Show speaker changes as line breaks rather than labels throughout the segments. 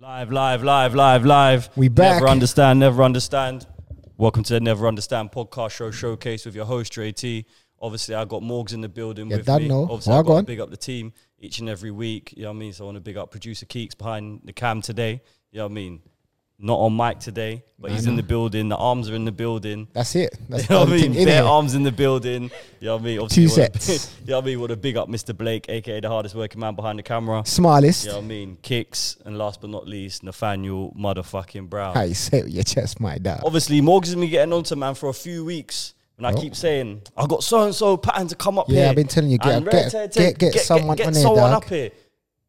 Live, live, live, live, live.
We back.
Never understand, never understand. Welcome to the Never Understand podcast show showcase with your host, Dre T. Obviously, I got Morgs in the building
Yeah,
with
that
me.
know.
Obviously,
Well,
I
go
got to
on.
big up the team each and every week. You know what I mean? So I want to big up producer Keeks behind the cam today. You know what I mean? Not on mic today, but he's in the building. The arms are in the building.
That's it. That's
You know what I
everything
mean?
in
Bare
here.
arms in the building. You know what I mean?
Two
wanna-
sets.
you know what I mean? Want to big up Mr. Blake, aka the hardest working man behind the camera.
Smallest.
You know what I mean? Kicks, and last but not least, Nathaniel motherfucking Brown.
How you say it with your chest, my dad.
Obviously, Morgan's been getting onto man for a few weeks. And I
Oh.
keep saying, I got so and so pattern to come up
Yeah,
here.
I've been telling you, get-
And
get-
rare tear
get-
tear,
get someone
get
on here,
someone
dog.
up here.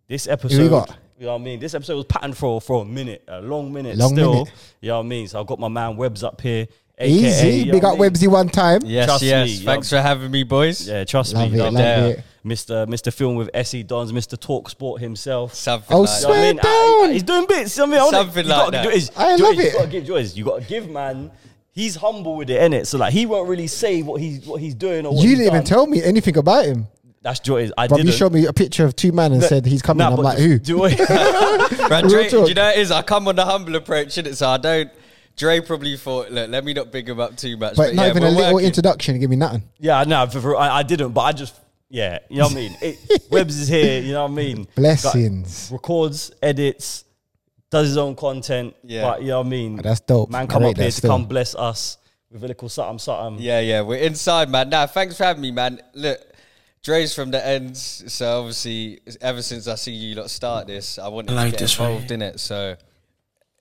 This episode,
got?
you know what I mean? This episode was patterned for, for a minute, a long minute
Long
still.
minute.
You know what I mean? So I've got my man Webbs up here. AKA, you
Easy.
know
Big
what
up
I mean?
Websy one time.
Yes,
Trust
yes.
me,
Thanks for having me, boys.
Yeah, trust me.
Love
you
it,
know what
love
I mean?
it.
Mr. Mr. Film with SE Dons, Mr. Talk Sport himself.
Something
Oh,
like
You know what
swear.
that.
I mean? I-
down.
he's doing bits. You know what I mean? I wanna-
Something
you
like
gotta
that.
do is-
I
do
love
You
it.
gotta give, do is you gotta give man. He's humble with it, innit? So like he won't really say what he's what he's doing or what
You
he's
didn't even
done.
tell me anything about him.
That's joy. Is I
But
didn't.
you showed me a picture of two men and said he's coming.
Nah,
I'm
but
like,
do-
who?
Do it.
Right,
Real
Dre, do
talk.
you know what it is? I come on the humble approach, innit? So I don't. Dre probably thought, look, let me not big him up too much.
But not
yeah,
even
we're
a little
working.
introduction. Give me nothing.
yeah, no, for, for, I, I didn't. But I just yeah, you know what I mean. It, Webbs is here. You know what I mean.
Blessings.
Got- records, edits, does his own content.
Yeah.
but you know what I mean.
That's dope.
Man,
I
come
rate
up here
that
to
still.
come bless us with a little something, something.
Yeah, yeah, we're inside, man. Nah, thanks for having me, man. Look, Dre's from the ends, so obviously, ever since I see you lot start this, I wanted
like
to get
this,
involved in it. So,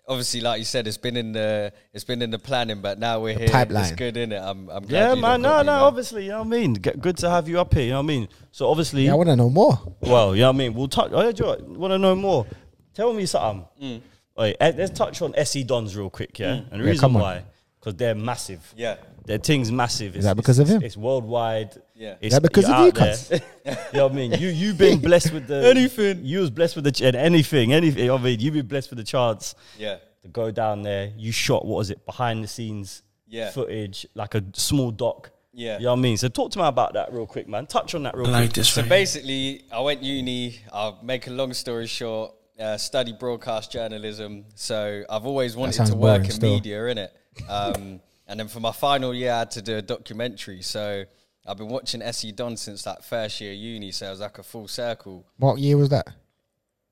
obviously, like you said, it's been in the it's been in the planning, but now we're here.
pipeline.
It's good, in it. I'm, I'm glad
Yeah,
you lot
man. No,
got me,
no.
man.
Obviously, you know what I mean. G- Good to have you up here. You know what I mean. So obviously,
Yeah, I want to know more.
well, you know what I mean. We'll touch. Oh, yeah, do you want to know more? Tell me something.
Mm.
Oi, eh, let's touch on SE Dons real quick, yeah. And the
Yeah,
reason
come on.
why, because they're massive.
Yeah.
Their thing's massive. Is
that because of
it's,
him?
It's worldwide.
Yeah.
It's,
that because
you're
of you,
out there. you know what I mean? You you've been blessed with the
Anything.
You was blessed with the ch- and anything, anything. you know what I mean, you've been blessed with the chance
Yeah.
to go down there. You shot what was it behind the scenes
Yeah.
footage, like a small doc.
Yeah.
you know what I mean. So talk to me about that real quick, man. Touch on that real
I like
quick.
this
So
one.
basically, I went uni. I'll make a long story short. Uh, study broadcast journalism. So I've always wanted
sounds
to work
boring
in
still.
media, innit? Um, and then for my final year, I had to do a documentary. So I've been watching SE Don since that first year uni. So it was like a full circle.
What year was that?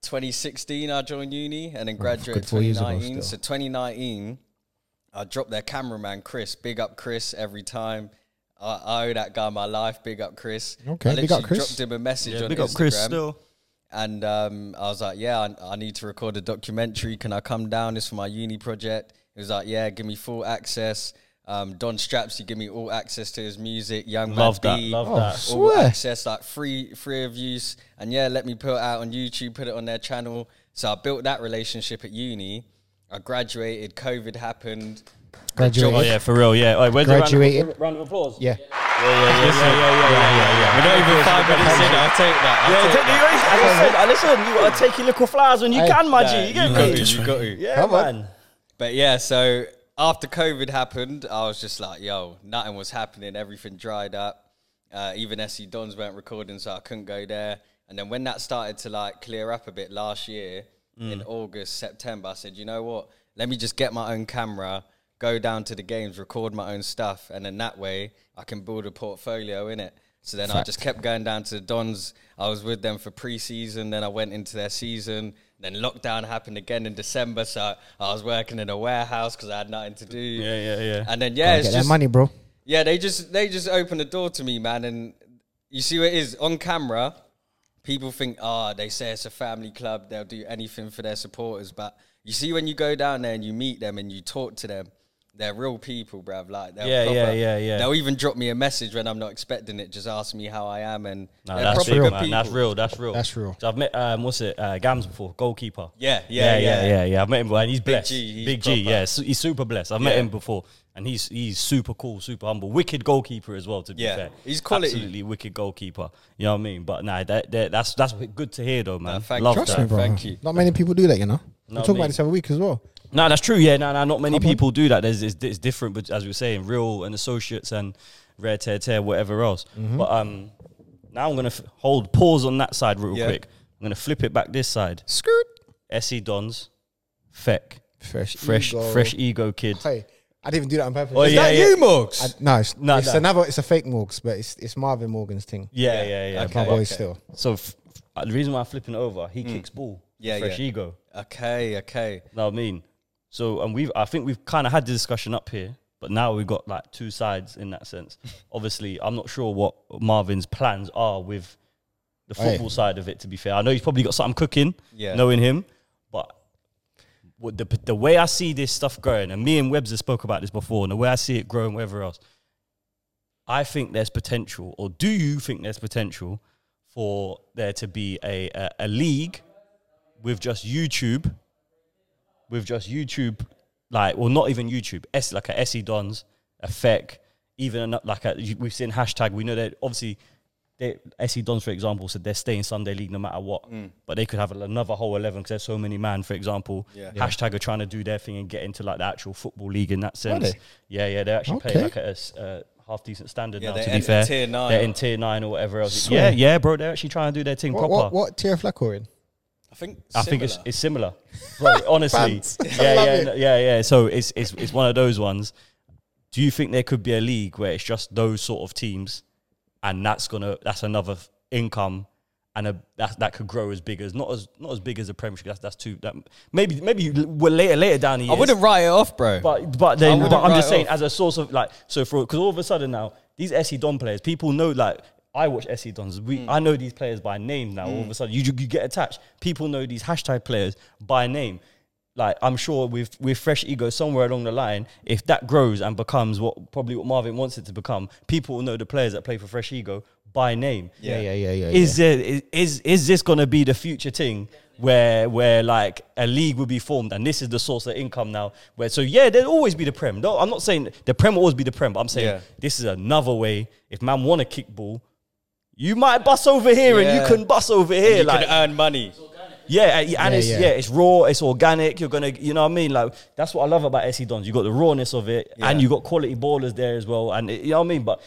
2016, I joined uni and then graduated
good Oh, four years ago
2019. So
still.
2019, I dropped their cameraman, Chris. Big up Chris every time. I, I owe that guy my life. Big up Chris.
Okay,
I
big up
literally
Chris.
dropped him a message
Yeah,
on
big
Instagram.
up Chris still.
And um, I was like, yeah, I, I need to record a documentary. Can I come down? It's for my uni project. He was like, yeah, give me full access. Um, Don Straps, you give me all access to his music. Young
Love
Man
that,
B,
Oh.
love
all
that.
Swear.
access, like free, free of use. And yeah, let me put it out on YouTube, put it on their channel. So I built that relationship at uni. I graduated. COVID happened.
Oh
Graduated.
yeah, for real. Yeah. Oi, where's The round
Graduated.
of, round of applause.
Yeah.
Oh, Yeah, yeah, yeah, yeah, yeah, yeah, yeah, yeah.
We're not even five minutes in. I'll take that.
Yeah, take the, I listen, I listen, you gotta take your little flowers when you
Hey.
can, my G.
Yeah,
You
you
get
got
me?
to, you got to.
Yeah,
Come on.
man.
But yeah, so after COVID happened, I was just like, yo, nothing was happening. Everything dried up. Uh, even SE Dons weren't recording, so I couldn't go there. And then when that started to like clear up a bit last year in August, September, I said, you know what? Let me just get my own camera, go down to the games, record my own stuff, and then that way I can build a portfolio in it. So then I just kept going down to the Dons. I was with them for pre-season, then I went into their season. Then lockdown happened again in December, so I was working in a warehouse because I had nothing to do.
Yeah, yeah, yeah.
And then yeah, it's
Get that
just
money, bro.
yeah, they just they just opened the door to me, man. And you see what it is on camera. People think, ah, they say it's a family club. They'll do anything for their supporters. But you see, when you go down there and you meet them and you talk to them, they're real people, bruv. Like, they're
Yeah, yeah,
proper-
yeah, yeah.
They'll even drop me a message when I'm not expecting it. Just ask me how I am, and
No,
they're
that's
proper
real,
good
man. That's
people.
real. That's real.
That's real.
So I've met um, what's it? Uh, Gams before, goalkeeper.
Yeah, yeah,
yeah,
yeah.
yeah. yeah. I've met him, before and he's blessed.
G, he's
Big G,
proper.
yeah, su- he's super blessed. I've met
Yeah.
him before, and he's he's super cool, super humble, wicked goalkeeper as well. To be
Yeah,
fair,
he's quality.
absolutely wicked goalkeeper. You know what I mean? But nah, that, that that's that's good to hear though, man.
thank you.
Love
Trust
that.
me,
Bro,
Thank you.
Not many people do that, you know. we
No,
talked
me.
about this every week as well.
No, that's true. Yeah, no, no, not many people do that. There's it's, it's different, but as we were saying, real and associates and rare tear tear whatever else.
Mm-hmm.
But um, now I'm gonna f- hold pause on that side real
Yeah.
quick. I'm gonna flip it back this side.
Skirt.
SE E Dons, Feck.
Fresh,
Fresh,
ego.
fresh ego kid.
Hey, I didn't even do that on purpose.
Oh,
Is
yeah,
that
yeah.
you, Morgs?
I- no, it's,
No,
it's
no.
another. It's a fake Morgs, but it's it's Marvin Morgan's thing.
Yeah, yeah, yeah.
My
Okay. Mm.
boy still.
So f- uh, the reason why I'm flipping it over, he kicks ball.
Yeah,
fresh
yeah.
ego.
okay, okay.
Know what I mean? So and we've I think we've kind of had the discussion up here, but now we've got like two sides in that sense. Obviously, I'm not sure what Marvin's plans are with the
Aye.
football side of it. To be fair, I know he's probably got something cooking.
Yeah.
knowing him, but. What the, the way I see this stuff growing, and me and Webbs have spoke about this before, and the way I see it growing, whatever else, I think there's potential, or do you think there's potential for there to be a, a, a league with just YouTube, with just YouTube, like, well, not even YouTube, S, like a SE Dons, a FEC, even a, like a, you- we've seen hashtag, we know that obviously they, SE Dons, for example, said they're staying Sunday league no matter what,
Mm.
but they could have another whole 11 because there's so many man, for example.
Yeah.
Hashtag are trying to do their thing and get into like the actual football league in that sense.
they?
Yeah, yeah, they're actually
Okay.
playing like a s- uh, half decent standard
Yeah,
now,
they're
to
in
be fair.
tier nine.
They're in tier nine or whatever else.
Swear.
Yeah, yeah, bro. They're actually trying to do their thing
What
proper.
what, what tier Flacco in?
I think
I think it's,
similar.
it's similar, bro. Honestly,
Pants. I
yeah,
love
yeah,
it.
no- yeah, yeah. So it's it's it's one of those ones. Do you think there could be a league where it's just those sort of teams, and that's gonna that's another f- income, and a, that that could grow as big as not as not as big as a Premiership. That's that's too that maybe maybe you, well, later later down the
I
years.
wouldn't write it off, bro.
But but then
wouldn't
but I'm just
write it
saying as a source of like so for because all of a sudden now these SE Don players people know like I watch SE Dons we
Hmm.
I know these players by name now all of a sudden you you get attached people know these hashtag players by name like I'm sure with with fresh ego somewhere along the line if that grows and becomes what probably what Marvin wants it to become people will know the players that play for fresh ego by name
Yeah, yeah,
yeah.
is there is is, is this going to be the future thing where where like a league will be formed and this is the source of income now where so yeah there'll always be the prem no i'm not saying the prem will always be the prem but i'm saying
Yeah.
this is another way if man want to kick ball you might bus over here and
Yeah.
you can bus over here
you
like
can earn money.
yeah, and and it's
yeah.
yeah. it's raw, it's organic. You're gonna, you know what I mean? Like that's what I love about SE Dons. You got the rawness of it, and
Yeah.
you got quality ballers there as well. And it- you know what I mean? But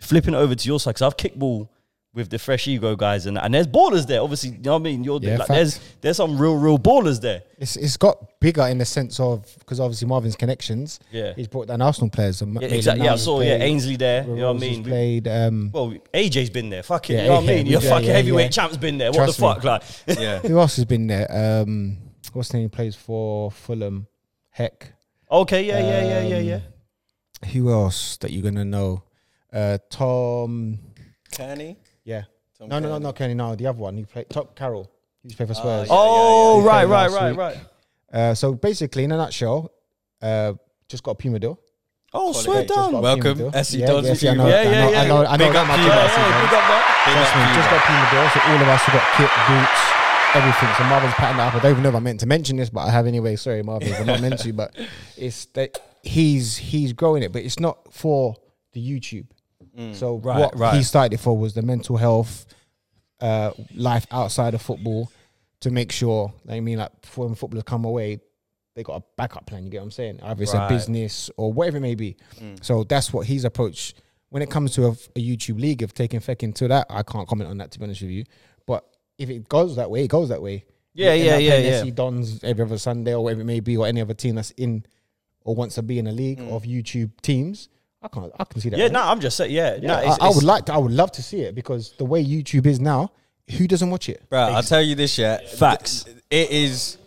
flipping it over to your side, because I've kickball with the fresh ego guys, and and there's ballers there. Obviously, you know what I mean? You're
Yeah,
like, there's there's some real real ballers there.
It's it's got bigger in the sense of because obviously Marvin's connections.
Yeah.
he's brought down Arsenal players. And
Yeah, exactly. Yeah, I saw yeah Ainsley there. You know what I mean? We-
Played um,
well, AJ's been there. Fuck it.
Yeah,
you know what I
yeah,
mean?
we
Your
do,
fucking
yeah,
heavyweight
yeah.
champ's been there.
Trust me.
what the fuck? Like,
Yeah.
who else has been there? Um, what's the name? He plays for Fulham. Heck,
okay, yeah, yeah, yeah, yeah, yeah.
who else that you're gonna know? Uh, Tom.
Kearney?
Yeah.
Tom
no, no, no,
Kearney.
not Kenny. No, the other one. He played Top Carroll. He used to play for
Ah,
Spurs.
yeah.
oh,
yeah.
right,
He came
right,
last
right,
week.
right.
Uh, so basically, in a nutshell, uh, just got a Puma deal.
Oh, swear
Just got a
down.
Puma
Welcome,
deal.
SC
yeah,
Dons
yes, yeah, I
with
know,
you,
I
man.
know,
Yeah,
I know, I know
Big
that
up
much
to you,
Yeah,
about
SC
yeah,
Arsenal.
big up, man.
Big
Trust
up
me,
to you,
just
bro.
got Puma Deal, so all of us have got kit, boots, everything. So Marvin's patting that up. I don't even know if I meant to mention this, but I have anyway. Sorry, Marvin, if I'm not meant to, but it's that he's he's growing it, but it's not for the YouTube. So
Right,
what
right.
he started it for was the mental health, uh, life outside of football, to make sure. I mean, like when footballers come away, they got a backup plan. You get what I'm saying? Either it's
Right. Mm.
a business or whatever it may be. So that's what he's approached. When it comes to a, a YouTube league of taking feck into that, I can't comment on that to be honest with you. But if it goes that way, it goes that way.
Yeah,
You end
yeah,
up
yeah,
playing
yeah.
SC Dons every other Sunday or whatever it may be, or any other team that's in or wants to be in a league of YouTube teams. I can't. I can see that.
Mm. Yeah,
right?
no, I'm just saying. Yeah, yeah.
I- I, would like. To, I would love to see it because the way YouTube is now, who doesn't watch it?
Bro, I'll tell you this yet.
Facts.
It is.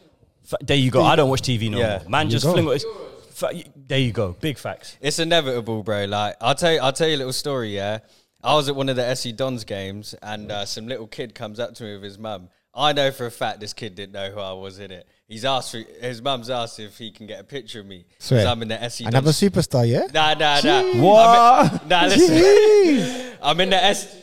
there you go. I don't watch TV no
Yeah.
more. Man, just
go.
fling it. Fa- there you go. Big facts.
It's inevitable, bro. Like I'll tell you, I'll tell you a little story. Yeah, I was at one of the SE Dons games, and uh, some little kid comes up to me with his mum. I know for a fact this kid didn't know who I was in it. He's asked for his mum's asked if he can get a picture of me because
Swear.
I'm in the
E
SE.
Another
Dons.
superstar, yeah.
Nah, nah, nah. I'm in-
What?
Nah, listen. I'm in the S.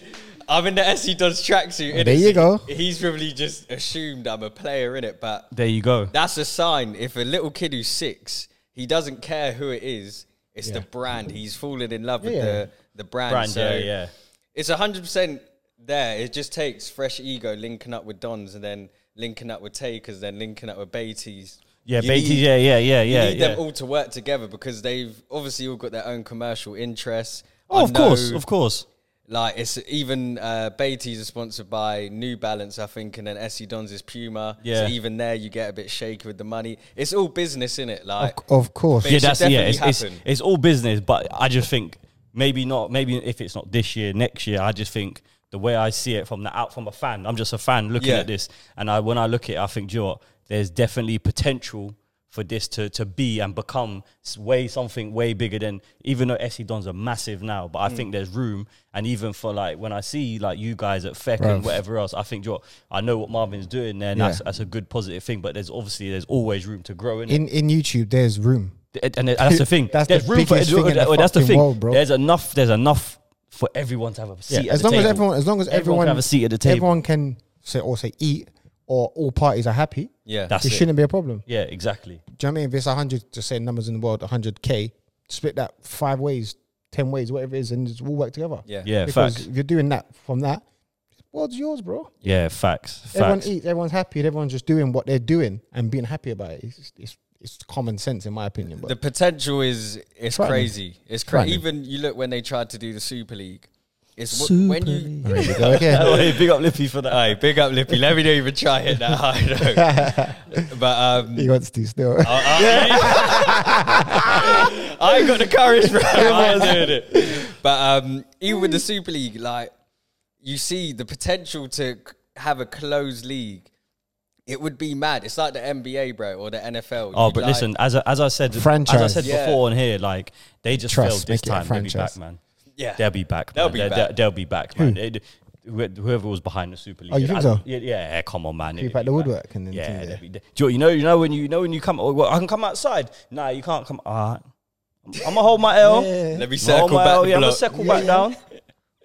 I'm in the SE Dons tracksuit. innit?
there you go.
He's probably just assumed I'm a player in it, but
There you go.
that's a sign. If a little kid who's six, he doesn't care who it is. It's the brand. He's fallen in love with
Yeah.
the the brand.
Brand,
so
yeah, yeah.
It's hundred percent there. It just takes fresh ego linking up with Dons and then linking up with Takers, then linking up with Beatties.
Yeah,
You
Beatty.
need-
Yeah, yeah, yeah, yeah.
you need
yeah.
them all to work together because they've obviously all got their own commercial interests.
oh,
I
of course,
know-
of course.
Like it's even uh, Beatty's is sponsored by New Balance, I think, and then SC Dons is Puma.
Yeah.
So even there, you get a bit shaky with the money. It's all business, in it? Like
Of course.
It
yeah,
should
that's yeah. It's,
definitely
it's,
happen.
it's all business, but I just think maybe not. Maybe if it's not this year, next year. I just think the way I see it from the out from a fan. I'm just a fan looking
Yeah.
at this, and I when I look at, it, I think, do you know what? There's definitely potential for this to to be and become s- way something way bigger than even though SC Dons are massive now, but I
Hmm.
think there's room. And even for like when I see like you guys at Feck and
Bruv.
whatever else, I think, do you know what? I know what Marvin's doing there, and
Yeah.
that's that's a good positive thing. But there's obviously there's always room to grow in it.
In in YouTube, there's room.
Th- and that's the thing.
That's the
there's room for oh,
biggest thing in the
that's the
fucking
thing.
world, bro.
There's enough. There's enough for everyone to have a seat.
Yeah,
at
as
the
long as
table.
everyone, as long as
Everyone can
everyone
have a seat at the table.
everyone can say or say eat, or all parties are happy.
yeah,
That's
it,
it.
shouldn't be a problem.
Yeah, exactly.
Do you know what I mean? If it's hundred, just say numbers in the world, hundred k, split that five ways, ten ways, whatever it is, and just all work together.
yeah,
Yeah,
because
facts.
if you're doing that from that, world's yours, bro.
Yeah, facts. Facts.
Everyone eats, everyone's happy, and everyone's just doing what they're doing and being happy about it. It's it's, it's common sense in my opinion. But
The potential is it's
Frightening.
crazy. It's
Frightening.
crazy. Even you look when they tried to do the Super League. It's wh- when you
There you go again.
Oh, hey, big up Lippy for that.
Hey, big up Lippy. Let me not even try it now. I know. But um,
he wants to still.
I, I, I ain't got the courage, bro. I ain't doing it. But um, even with the Super League, like you see the potential to c- have a closed league. It would be mad. It's like the NBA, bro, or the NFL.
Oh,
You'd
but
like-
listen, as I, as I said, as I
Franchise.
said
Yeah.
before on here, like they just
Trust,
failed this
make it a
time. They'll be
franchise.
back, man.
Yeah.
they'll be back.
They'll
man.
be
They're-
back.
they're- They'll be back, man. They- wh- Whoever was behind the Super League.
Oh, you
I-
think so?
Yeah, yeah, come on, man. they'll
People at
be
the
back.
woodwork and then
Yeah,
things
they'll be,
there.
Joe, you know, you know when you, you know when you come. Oh, well, I can come outside. Nah, you can't come. Ah, I'm gonna hold my L.
Yeah.
let
I'ma
me circle
hold my
back.
L,
the
yeah, I'm gonna
block.
circle back down.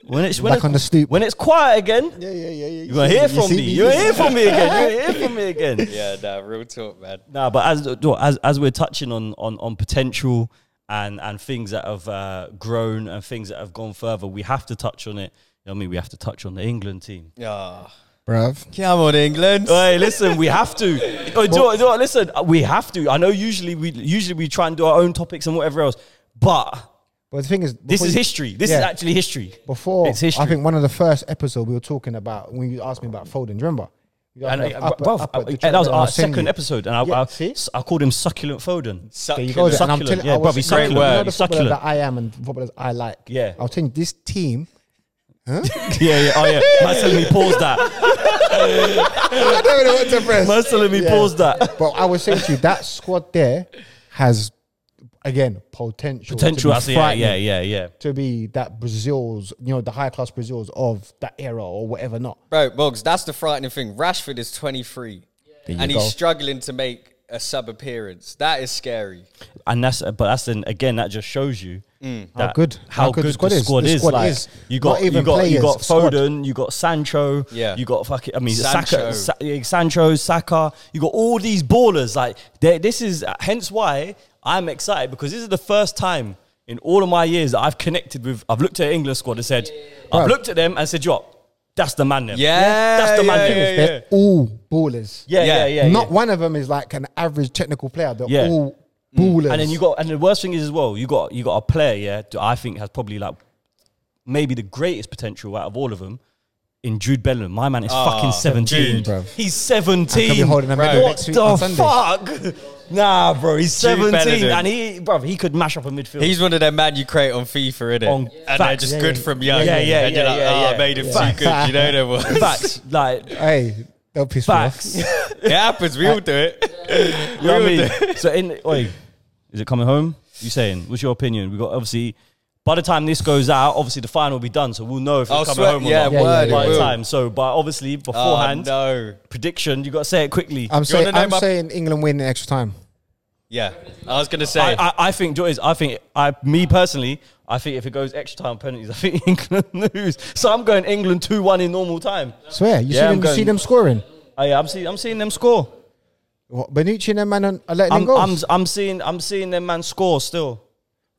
When it's when
Back
it's,
on the stoop.
when it's quiet again,
yeah, yeah, yeah, yeah.
you're gonna hear from me. You're gonna hear from me again. You're gonna hear from me again.
Yeah, nah, real talk, man.
Nah, but as no, as as we're touching on on on potential and and things that have uh, grown and things that have gone further, we have to touch on it. You know what I mean, we have to touch on the England team.
Yeah.
bruv.
Come on, England.
Hey, listen, we have to. Oh, do you know what- do you know what? listen, we have to. I know usually we usually we try and do our own topics and whatever else, but
But the thing is,
this
before
is
you-
history. This is
Yeah.
actually history.
Before
it's history.
I think one of the first episode we were talking about when you asked me about Foden. Do you remember? You asked
and,
me
uh,
up-
bruv,
up at the
uh,
trip
that was
and I
our
was sending
second
you.
episode, and I,
Yeah,
I,
see?
I called him succulent Foden.
There you go. there. And
Succulent.
I'm
Succulent,
telling
yeah,
I was
bruv, he's succulent.
saying, You know the
Great
footballer
word.
that I am and footballers I like.
Yeah.
I was telling you, this team.
Yeah, yeah, oh yeah. Man's telling me pause that.
I don't know what to press.
Man's telling me
Yeah.
pause that.
But I was saying to you, that squad there has, again, potential. to
Potential,
be
I see, yeah, yeah,
frightening,
yeah, yeah.
To be that Brazil's, you know, the high class Brazils of that era or whatever. Not.
Bro, Boggs, that's the frightening thing. Rashford is 23
There you
and
go.
he's struggling to make a sub appearance. That is scary.
and that's but that's then again that just shows you
Mm.
How good-
how, good, the squad is.
The squad
like,
is.
You got
Not even
you got you
players,
got
squad.
Foden, you got Sancho,
Yeah.
you got fucking I mean
Sancho.
Saka, Sa- yeah, Sancho, Saka, you got all these ballers. Like they- this is hence why I'm excited because this is the first time in all of my years that I've connected with. I've looked at England squad and said, I've
Bro.
looked at them and said, yo, that's the man. Them.
Yeah,
that's the
yeah,
man.
yeah,
them.
yeah.
They're all ballers.
Yeah, yeah,
Yeah.
yeah.
Not
yeah.
one of them is like an average technical player. They're
Yeah. Mm.
all ballers.
And then you got, and the worst thing is as well, you got you got a player, yeah, that I think has probably like maybe the greatest potential out of all of them. In Jude Bellingham, my man is fucking seventeen.
Jude, Ah, bruv.
He's seventeen.
And can be holding a medal
what
next week on
the
Sunday.
fuck? Nah, bro, he's seventeen,
Bellingham.
and he, bruv, he could mash up a midfield.
He's one of them man you create on FIFA, innit?
On
and they're
facts.
just
Yeah,
good
yeah.
from young.
Yeah, yeah,
And you're
yeah,
like,
yeah,
oh,
yeah.
I made him
Facts.
too good. You know them ones.
facts, like
Hey, don't piss
facts.
me
you
off.
it happens. We all do it.
know what I mean? So in, oi, is it coming home? You saying? What's your opinion? We got obviously. By the time this goes out, obviously the final will be done, so we'll know if it's
I'll
coming
swear-
home or
yeah,
not.
yeah,
word,
yeah.
by
it
the
will.
time. So, but obviously beforehand,
Oh, no.
prediction. You got to say it quickly. i
I'm saying,
wanna know
I'm
my-
saying England win in extra time.
Yeah. I was going to say.
I, I think Joy is. I think I, me personally, I think if it goes extra time penalties, I think England lose. So I'm going England two one in normal time.
Swear, you
Yeah, I'm
see them, you see
going-
them scoring.
Oh, yeah, I'm seeing. I'm seeing them score.
What, Benucci and them man on- are letting them
I'm,
go.
I'm, I'm seeing. I'm seeing them man score still.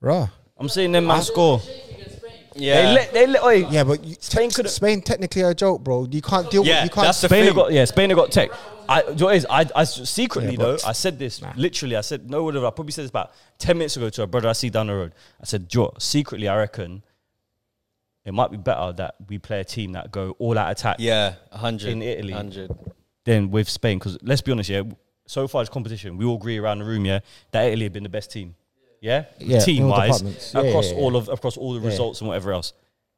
Raw.
I'm seeing them man score.
yeah.
They let. They let. Oi,
Yeah, but you,
Spain
Spain,
could've-
Spain technically are a joke, bro. You can't deal.
Yeah,
with, you can't.
that's the
Spain have
thing.
got yeah. Spain have got tech. I, do you know what it is? I, I s- secretly
Yeah,
though
but-
I said this literally. I said no whatever. I probably said this about ten minutes ago to a brother I see down the road. I said, Joe, secretly I reckon It might be better that we play a team that go all out attack
Yeah, 100.
In Italy.
100.
than with Spain. Because let's be honest, yeah, so far as competition, we all agree around the room, yeah, that Italy have been the best team, yeah,
Yeah,
team
in all
wise
departments. Yeah,
across
yeah, yeah.
all of across all the results and whatever else.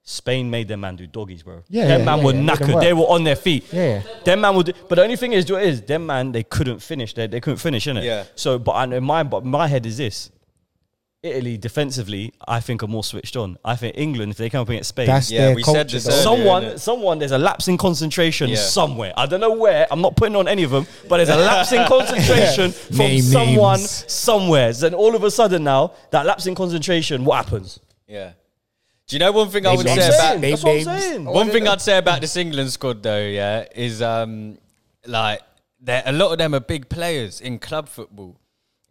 Spain made their man do doggies, bro.
Yeah,
them
yeah,
man
yeah,
were
yeah, made them
knackered.
work.
They were on their feet.
Yeah.
them man would. But the only thing is, do it is them man they couldn't finish. They, they couldn't finish, innit?
Yeah.
So, but I, in my but my head is this: Italy defensively, I think are more switched on. I think England, if they come up against Spain,
That's
Yeah,
their
we said
culture.
this
though.
earlier.
someone,
innit?
someone, there's a lapse in concentration
Yeah.
somewhere. I don't know where. I'm not putting on any of them, but there's a lapse in concentration from
Name
someone
names.
somewhere. Then all of a sudden now, that lapse in concentration, what happens?
Yeah. Do you know one thing I would
That's
names.
say
what I'm
about
saying. That's what I'm
Name names.
saying.
One thing I'd say about this England squad, though, yeah, is um, like they a lot of them are big players in club football.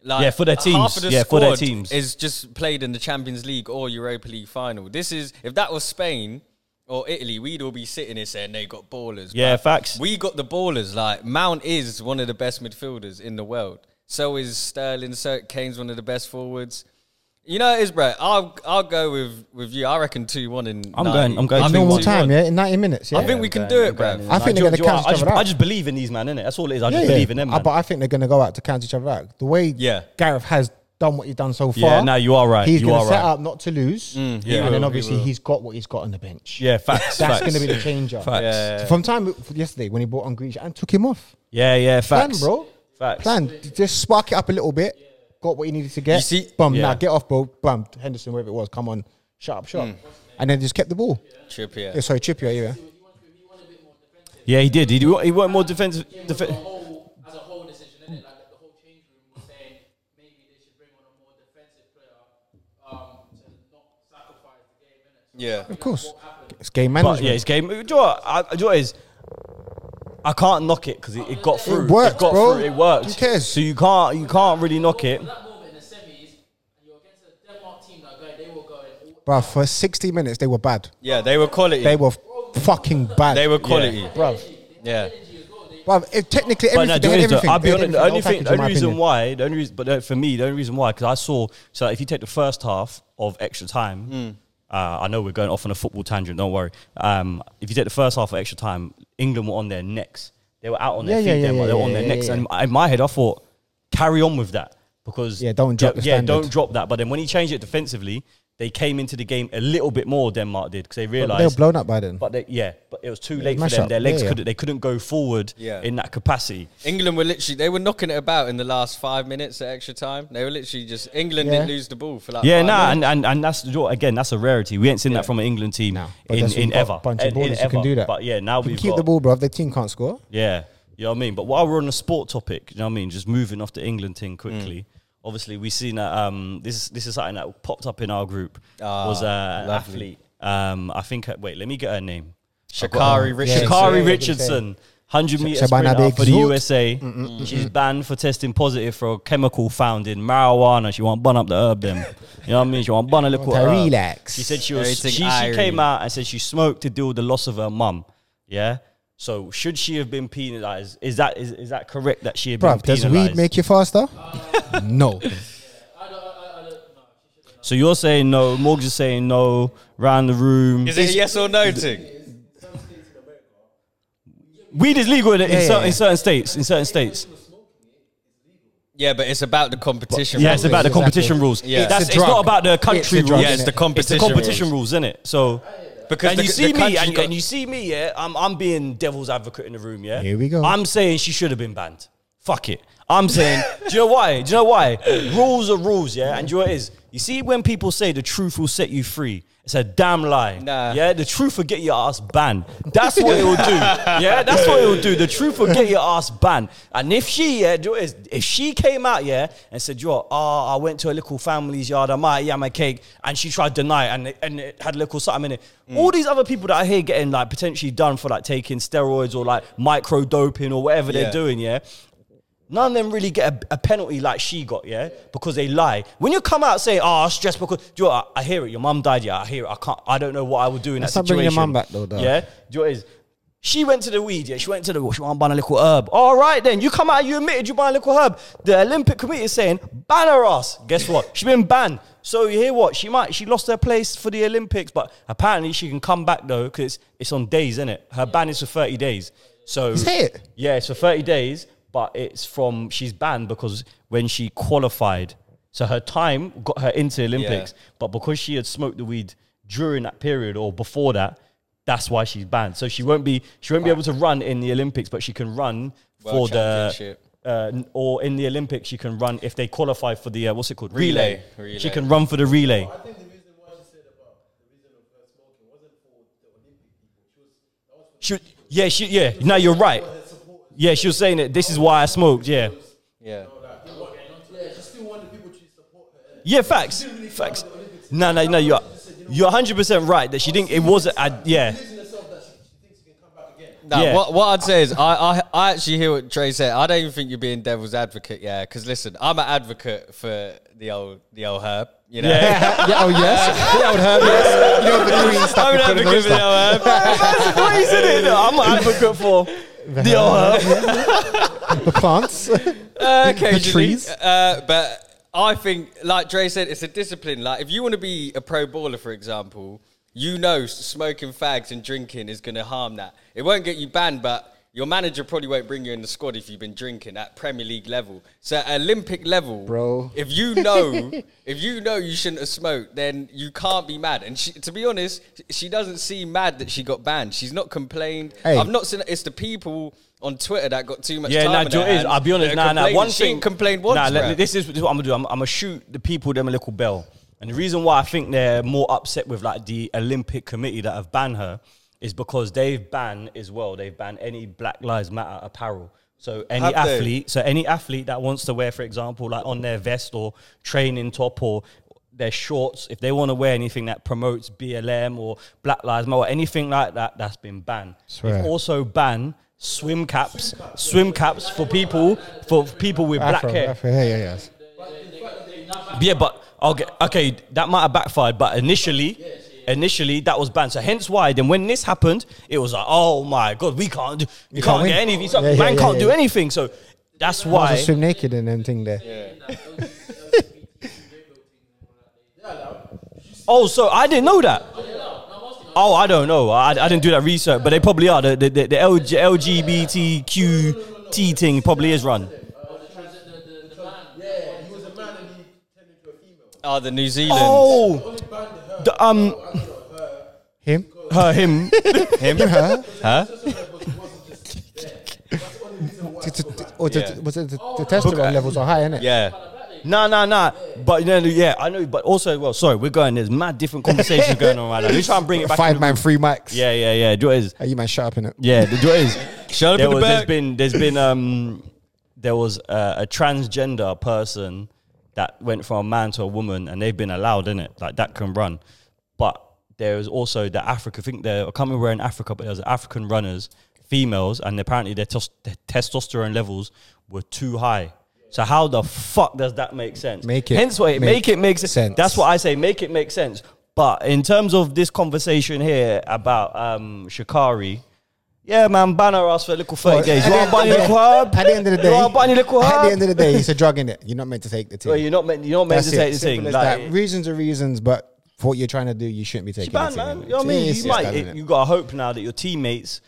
Like
Yeah, for their
half
teams.
of the
Yeah, for their
squad
teams.
is just played in the Champions League or Europa League final. This is if that was Spain or Italy, we'd all be sitting here saying they got ballers.
Yeah,
but
facts.
We got the ballers. Like Mount is one of the best midfielders in the world. So is Sterling. So Kane's one of the best forwards. You know it is, bro. I'll I'll go with with you. I reckon two one in.
I'm
90.
going- I'm going
I
I think
In
think
normal
2-1.
time, yeah, in 90 minutes. Yeah.
I think we can
Going,
do
going
it, bro.
in.
I think
Like,
they're gonna
do you know
cancel
what? I
each
just,
other
I
out.
just believe in these man, innit? That's all it is. I just
Yeah,
believe
yeah.
in them,
Uh,
man.
But I think they're going to go out to cancel each other out. The way
Yeah.
Gareth has done what he's done so
Yeah,
far.
no, you are right.
He's
You
gonna
are
set
right.
up not to lose.
he
and then
will,
obviously he's got what he's got on the bench.
yeah, facts. facts.
That's going to be the changer.
Facts.
Yeah.
From time yesterday when he brought on Grealish and took him off.
Yeah, yeah, facts,
Plan, bro.
Facts.
Plan. Just spark it up a little bit. Got what he needed to get.
You see-
Bum,
Yeah.
now get off, bro. Bum, Henderson, wherever it was. Come on. Shut up,
Mm.
shut up. And then just kept the ball.
Trippier.
Yeah, sorry, Trippier, yeah.
Yeah, he did. He, did- he went more defensive. Def-
whole, as a whole decision, isn't it? Like the whole change room was saying maybe they should bring on a more defensive player um, to not sacrifice the game, innit? So
Yeah.
Of course. It's game management.
But yeah, his game. Do you know what? I, do you know what it is? I can't knock it because it, it got through.
worked,
got
bro.
through. It worked.
Who cares?
So you can't you can't really knock it.
at that moment in the semis, and you're against a Denmark team that going, they were going all
Bruv, for 60 minutes, they were bad.
Yeah, they were quality.
They were fucking bad.
They were quality.
Bruv.
Yeah.
Bruv, if technically
But
everything,
no,
they
do you
had
know what it is, though?
everything.
I'll be
They had
honest. The only
everything,
thing, the
package, in my
only reason
opinion.
why, the only reason, but uh, for me, the only reason why, because I saw. So if you take the first half of extra time, uh, I know we're going off on a football tangent. Don't worry. Um, if you take the first half of extra time, England were on their necks. They were out on their
Yeah,
feet.
yeah, yeah,
Denmark.
yeah,
they were
yeah,
on their
yeah,
necks.
yeah,
And in my head, I thought, carry on with that because
Yeah, don't drop
yeah,
the
yeah,
standard.
don't drop that. But then when he changed it defensively, they came into the game a little bit more. Denmark did because they
But They were
realised.
blown up by then.
But they, yeah, but it was too late for
mash
them.
up.
Their legs
Yeah, yeah.
couldn't. They couldn't go forward
Yeah.
in that capacity.
England were literally they were knocking it about in the last five minutes at extra time. They were literally just England
Yeah.
didn't lose the ball for like
Yeah,
five
nah, and,
minutes.
and, and that's again, that's a rarity. We ain't seen that from an England team
No, but
in,
that's
in
we've got
ever.
a bunch of
In- in
ballers who can
ever.
do that.
But yeah, now
We
we've
keep
got,
the ball, bruv. The team can't score.
Yeah, you know what I mean. But while we're on the sport topic, you know what I mean. Just moving off the England thing quickly.
Mm.
Obviously, we seen that um, this this is something that popped up in our group
Ah,
was uh, an
lovely.
athlete. Um, I think. Wait, let me get her name.
Shakari Richardson.
Shakari
Yeah,
Richardson, 100 meter
Shabana
sprinter
Big
for the
Zoot.
USA. She's banned for testing positive for a chemical found in marijuana. She want bun up the herb them. You know what I mean? She want bun a little
Want to
herb.
relax.
She said she was. She,
Everything
she
irie.
came out and said she smoked to deal with the loss of her mum. Yeah. So should she have been penalized? Is that is, is that correct that she had
Bruv,
been
does
penalized?
weed make you faster? no.
so you're saying no. Morgs is saying no. Round the room.
Is it a yes or no thing?
weed is legal in, in,
Yeah, yeah,
certain,
yeah.
in certain states. In certain states.
Yeah, but it's about the competition.
Yeah, it's
rules.
about the
Exactly.
competition rules.
Yeah. It's
That's,
a
it's,
drug.
not about the country
It's a drug,
rules.
Yeah, it's the competition
It's the competition rules, isn't it? So,
Because
and
the-
you
the
see me,
country
and,
got-
and you see me, yeah. I'm I'm being devil's advocate in the room, yeah.
Here we go.
I'm saying she should have been banned. Fuck it. I'm saying, do you know why? Do you know why? Rules are rules, yeah. And do you know what it is? You see, when people say the truth will set you free, it's a damn lie.
Nah.
Yeah, the truth will get your ass banned. That's what it will do. Yeah, that's what it will do. The truth will get your ass banned. And if she, yeah, do you know what it is? If she came out, yeah, and said, you know, oh, I went to a little family's yard, I might yam a cake, and she tried to deny it and, it- and it had a little something in it. All these other people that I hear getting like potentially done for like taking steroids or like micro doping or whatever
Yeah.
they're doing, yeah. None of them really get a, a penalty like she got, yeah, because they lie. When you come out saying, "Oh, I was stressed because," do you know what? I, I hear it. Your mum died, yeah, I hear it. I can't. I don't know what I would do in
That's
that
not bringing
situation.
your mum back, though, though.
Yeah, do you know what it is? She went to the weed, yeah. She went to the, she want to ban a little herb. All right, then. You come out, you admitted you ban a little herb. The Olympic Committee is saying, ban her ass. Guess what? She's been banned. So you hear what? She might, she lost her place for the Olympics, but apparently she can come back though, because it's on days, isn't it? Her ban is for 30 days. So.
Is it?
Yeah, it's for 30 days, but it's from, she's banned because when she qualified, so her time got her into the Olympics, but because she had smoked the weed during that period or before that, that's why she's banned. So she won't be she won't be able to run in the Olympics, but she can run
World
for the
Championship.
uh, n- or in the Olympics she can run if they qualify for the uh, what's it called
Relay.
She
Relay.
can run for the relay.
I think the reason why she said about the reason of her smoking wasn't for the Olympic people. She
She,
was that was for
yeah, she, yeah. No, you're right. Yeah, she was saying that this is why I smoked. Yeah,
Yeah.
that. You want- Yeah, she still wanted people to support her.
yeah. Facts, facts. No, no, no. You're you're 100 percent right that she didn't. It wasn't. I, yeah.
She's herself that she, she thinks she can come back again.
Nah,
Yeah.
what, what I'd say is I, I I actually hear what Dre said. I don't even think you're being devil's advocate, yeah. Because listen, I'm an advocate for the old the old herb, you know.
Yeah.
yeah, oh yes, the old herb. Yes. You know the green stuff.
I'm
you
an
put in the
advocate for the
rooster.
old
what is it?
herb.
I'm an advocate for the old herb.
The plants.
Uh,
the
occasionally.
trees.
Uh, but I think, like Dre said, it's a discipline. Like, if you want to be a pro baller, for example, you know s- smoking fags and drinking is going to harm that. It won't get you banned, but your manager probably won't bring you in the squad if you've been drinking at Premier League level. So, at Olympic level,
Bro.
if you know, if you know you shouldn't have smoked, then you can't be mad. And she, to be honest, she doesn't seem mad that she got banned. She's not complained.
Hey.
I've not seen. It's the people on Twitter that got too much.
Yeah,
time
nah,
in
do you know
their
what it is.
hand
I'll be honest.
that
Nah, nah.
complained.
One
She
thing
ain't complained once.
Nah, let
bruh.
me- this is this is what I'm gonna do. I'm, I'm gonna shoot the people them a little bell. And the reason why I think they're more upset with like the Olympic committee that have banned her is because they've banned as well. They've banned any Black Lives Matter apparel. So any
Have they?
athlete, so any athlete that wants to wear, for example, like on their vest or training top or their shorts, if they want to wear anything that promotes BLM or Black Lives Matter, anything like that, that's been banned.
Swear.
They've also banned swim caps, swim caps, for people for people with
Afro,
black hair.
Afro, yeah, yeah, yes.
Yeah, but okay, okay, that might have backfired. But initially, initially that was banned. So hence why then when this happened, it was like, oh my god, we can't do, you
can't
can't, get
win.
anything. So
Yeah, yeah,
man
yeah,
can't do
yeah.
anything. So that's
I
why.
was swim naked and then thing there.
Oh, so I didn't know that. Oh, I don't know. I, I didn't do that research, but they probably are. The, the, the, the LG, LGBTQT thing probably is run.
Yeah, he was a man and he turned into a female.
Oh, the New Zealand.
Oh, the, um,
Him,
her, him.
him.
her.
Huh?
T- t- t- Or t-
Yeah.
was it the, the testosterone levels are high, innit?
Yeah.
Nah, nah, nah. But no, no, yeah, I know. But also, well, sorry, we're going. There's mad different conversations going on right now. We're trying to bring it back.
Five
in the-
man, three mics.
Yeah, yeah, yeah. Do you know what it is?
Hey, you man, shut up in it.
Yeah, do you know what it is?
Shut up
there
in the
was, there's
back.
been there's been um there was uh, a transgender person that went from a man to a woman and they've been allowed in it like that can run but there was also the africa i think they're coming where in africa but there was african runners females and apparently their, tos- their testosterone levels were too high so how the fuck does that make sense
Make it
hence why it make,
make
it make sense
sense.
that's what i say make it make sense but in terms of this conversation here about um shikari yeah, man, ban her ass for a little 30 days. You
At
want bunny
the end of
little
the-
herb?
At the end of the day,
You want bunny little herb?
at the end of the day, it's a drug in it. You're not meant to take the thing.
Well, you're not meant, you're not meant
That's
to
it.
take the
Simple
thing.
as
Like,
that. Reasons are reasons, but for what you're trying to do, you shouldn't be taking
ban,
the
man.
thing.
You know what I mean? You, might, it- you got to hope now that your teammates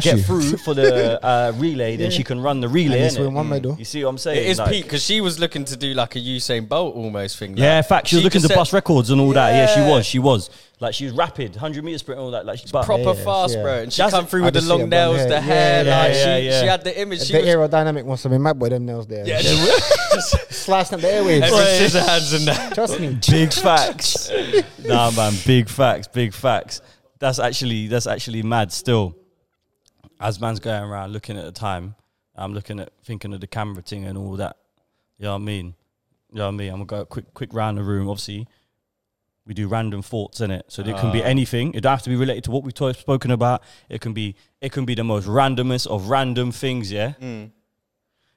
get through for the uh, relay, then she can run the relay.
And it's
innit?
win one medal.
You see what I'm saying?
It is
Like-
peak because she was looking to do like a Usain Bolt almost thing.
Yeah, in fact, she was looking to bust records and all that. Yeah, she
Yeah.
was. She was. Like, she was rapid, 100 meter sprint and all that. Like, she's but-
proper
Yeah.
fast,
yeah.
bro. And she
That's-
come through
I
with the
just see
long
it, blonde
nails,
hair.
the
Yeah,
hair.
yeah,
like
yeah,
she,
yeah.
she had the image. She
the
was
aerodynamic wants to be mad boy. Them nails there.
yeah, they were just
Slicing up the airwaves.
Right.
every scissor hands and that.
Trust me.
big facts. nah, man, big facts, big facts. That's actually that's actually mad. Still, as man's going around looking at the time, I'm looking at thinking of the camera thing and all that. You know what I mean? You know what I mean? I'm gonna go quick quick round the room. Obviously, we do random thoughts in it, so it can
Ah.
be anything. It don't have to be related to what we've talked spoken
Hmm.
about. It can be it can be the most randomest of random things. Yeah.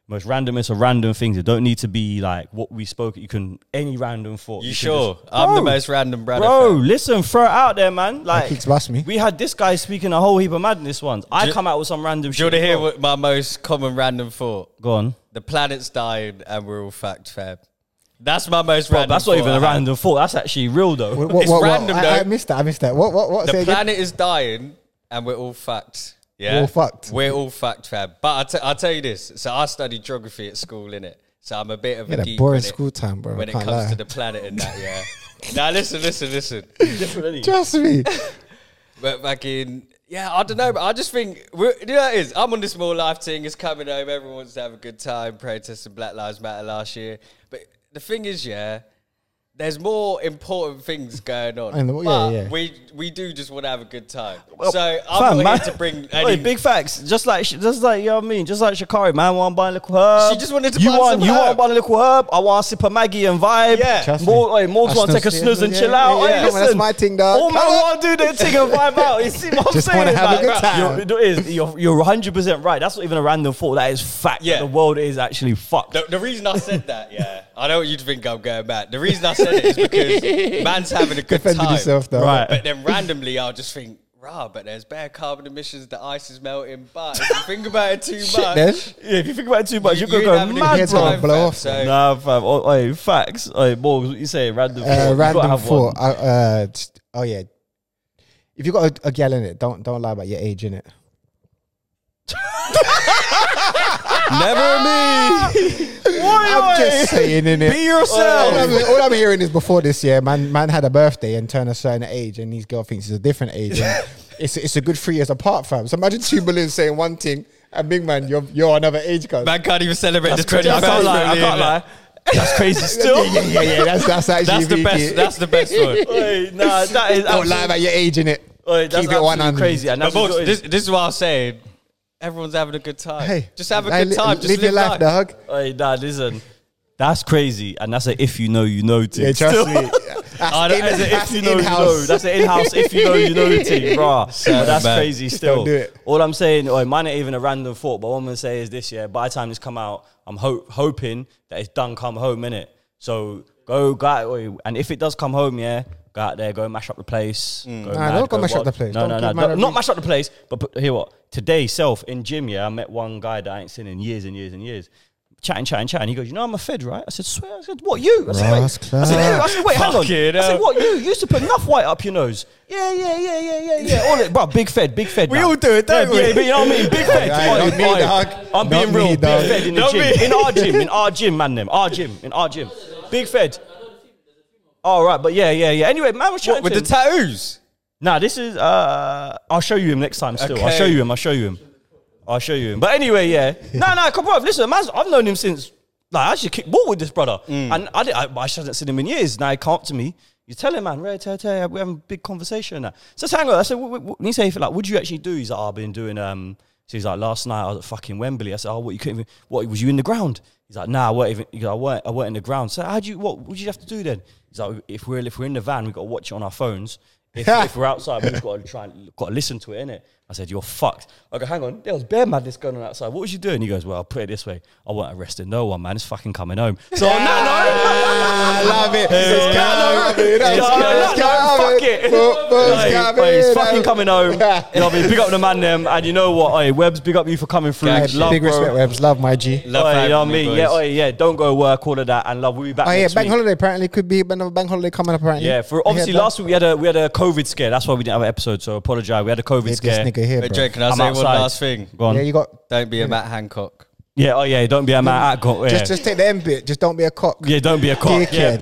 most randomest or random things. It don't need to be like what we spoke. You can any random thought.
You
can
sure?
just-
I'm the
Bro,
most random brother.
Bro, listen, throw it out there, man. Like
keeps bust me.
We had this guy speaking a whole heap of madness once. I
you-
come out with some random
Do you
shit.
want to hear
bro.
what my most common random thought?
Go on.
The planet's dying and we're all fact fab. That's my most
Bro,
random.
that's not even
thought
a
I had.
random thought. That's actually real though.
What, what,
It's
what, what?
random,
I,
though.
I missed that. I missed that. What? What? What? Say
The
again?
planet is dying and we're all fucked. Yeah.
We're all fucked.
We're all fucked, fab. But I'll, t- I'll tell you this. So I studied geography at school, innit? So I'm a bit of
Yeah,
a
that
geek
boring
innit?
school time, bro. I
When it
can't
comes
lie.
to the planet and that, yeah. now listen, listen, listen.
Trust me.
But back in, yeah, I don't know, but I just think, we're, you know, it is. I'm on this small life thing. It's coming home. Everyone wants to have a good time protesting Black Lives Matter last year. But the thing is, yeah, there's more important things going on.
And the- yeah,
but
yeah.
We we do just want to have a good time.
Well,
so
fam,
I'm not
man-
here to bring
Oi,
any
big facts. Just like, sh- just like you know what I mean. Just like Shakari, man, want to buy a little herb.
She just wanted to
you
buy
want,
some
you
herb.
want to buy a little herb. I want to sip a Maggie and vibe.
Yeah. Trust
more,
me.
oi, more
I
want to
snooze
take a
it.
snooze and
Yeah,
chill
yeah,
out. Oi,
yeah. Come on,
listen,
that's my thing, dog.
All man
Come on.
want to do their thing and vibe out. You see what I'm
Just
saying?
wanna have a good
Like,
time.
You're, it is, you're, you're 100 percent right. That's not even a random thought. That is fact. that
Yeah.
the world is actually fucked.
The, the reason I said that, yeah, I know you'd think I'm going mad. The reason I said it is because man's having a good
Defended
time.
yourself, though.
Right.
But then randomly, I'll just think, rah, but there's bare carbon emissions, the ice is melting. But if you think about it too much,
then.
yeah, if you think about it too much,
you-
you're
you ain't
gonna
having
go
a
mad,
good
Head's
bro.
gonna
time,
blow
fam,
off,
so-
Nah, fam. Oh, oi, facts. Oi, Morgs, what you say? Random. thought.
Uh,
You gotta
random
have
thought.
one.
I, uh, t- oh yeah. If you got a, a gal in it, don't don't lie about your age in it.
Never me.
I'm just saying Oh, in it.
Be
all,
yourself.
I'm, all I'm hearing is before this year, man, man had a birthday and turned a certain age, and his girl thinks it's a different age. And it's it's a good three years apart, fam. So imagine two balloons saying one thing, and big man, you're you're another age guy.
Man can't even celebrate the
I
21st.
can't lie. I
really,
can't
innit?
lie. That's crazy
yeah,
still.
yeah, yeah, yeah. That's that's actually
That's the
freaky.
best. That's the best one.
Oi, nah, that is
don't lie
absolute-
about your age in it.
Oi, that's
Keep it one
absolutely
hundred.
crazy. And
But
that's what
boss,
it
this,
is.
this is what I was saying. Everyone's having a good time.
Hey,
just have a
hey,
good
li-
time. Just
live your life, dog.
Oi, nah, listen. That's crazy, and that's a if you know, you know thing.
Yeah, trust
Still.
me. That's,
I don't-
in-
That's a if
that's
you know, you know.
in-house.
That's an in-house. If you know, you know thing, bruh. But that's
man.
crazy. Still,
do it.
all I'm saying, or it might not even a random thought, but what I'm gonna say is this: yeah, by the time this come out, I'm hope hoping that it's done. Come home, innit? So go, go, out- oi, and if it does come home, yeah, go out there, go mash up the place. Go
Mm. Nah, don't go mash up
wild.
the place.
No,
Don't
no,
give
no,
man
no,
a
not
reason.
mash up the place. But put, hear what today, self in gym, yeah, I met one guy that I ain't seen in years and years and years. Chatting, chatting, chatting. He goes, you know, I'm a Fed, right? I said, swear. I said, what you? I said, wait. I
Ross
said, "Yeah." I said, wait, hang on. I
Fucking
said,
hell.
what you? You used to put enough white up your nose. Yeah, yeah, yeah, yeah, yeah, yeah. All it, bro. Big fed, big fed.
We
now.
all do it, don't
yeah,
we?
Yeah, but you know what I mean. Big fed.
Right,
Oi,
not me,
oi.
dog.
I'm
Not
being
me,
real. Big
dog.
fed in the
Not
gym.
me.
In our gym. In our gym, man. Them. Our gym. In our gym. Big fed. All right, but yeah, yeah, yeah. Anyway, man was chatting
What with
to
the
him.
tattoos?
Nah, this is. Uh, I'll show you him next time. Still, I'll
Okay.
show you him. I'll show you him. I'll show you him. But anyway, yeah. no, no, come on. Listen, man's, I've known him since. Like, I actually kicked ball with this brother, and I, did, I, I just haven't seen him in years. Now he come up to me. You tell him, man, Ray, tell, tell, we're having a big conversation. Now. So I said, hang on. I said, what, what, what, and he said, like, what do you actually do? He's like, "Oh, I've been doing. Um, so he's like, last night I was at fucking Wembley. I said, oh, what you couldn't even. What was you in the ground? He's like, nah, I weren't even. He goes, I weren't. I weren't in the ground. So how do you? What would you have to do then? He's like, if we're if we're in the van, we have got to watch it on our phones. If, if we're outside, we've got to try and got to listen to it, innit? I said, You're fucked. I go, hang on, there was bear madness going on outside. What was you doing? He goes, Well, I'll put it this way. I weren't arresting no one, man. It's fucking coming home. So on
I
that
love it.
Hey,
It's
no,
coming.
no,
It's
no, no,
coming.
no,
It's
no,
coming.
fuck it.
Boom, boom, it's
note, hey,
coming.
hey, he's
No.
fucking coming home. You know what I mean? Big up the man them and you know what? Hey, Webs, big up you for coming through.
Gang shit.
Love,
Big
bro.
respect, Webs. Love my G.
Oi, you
Love
know what I
having
mean?
you
Yeah,
boys.
oi, yeah. Don't go to work, all of that, and love. We'll be back.
Oh yeah,
next
bank
week.
holiday apparently could be another bank holiday coming up apparently.
Yeah, for obviously
Yeah,
last week we had a we had a COVID scare. That's why we didn't have an episode. So apologize. We had a COVID
Get
scare.
this nigga here,
But
bro.
Jake, can I
I'm
say one
outside.
last thing?
Go on.
Yeah,
Yeah,
you got.
Don't be a Matt Hancock.
oh yeah. Don't be a man. I got, yeah.
Just, just take the M bit. Just don't be No, a cock.
yeah, don't be a cock. Yeah,
Dickhead.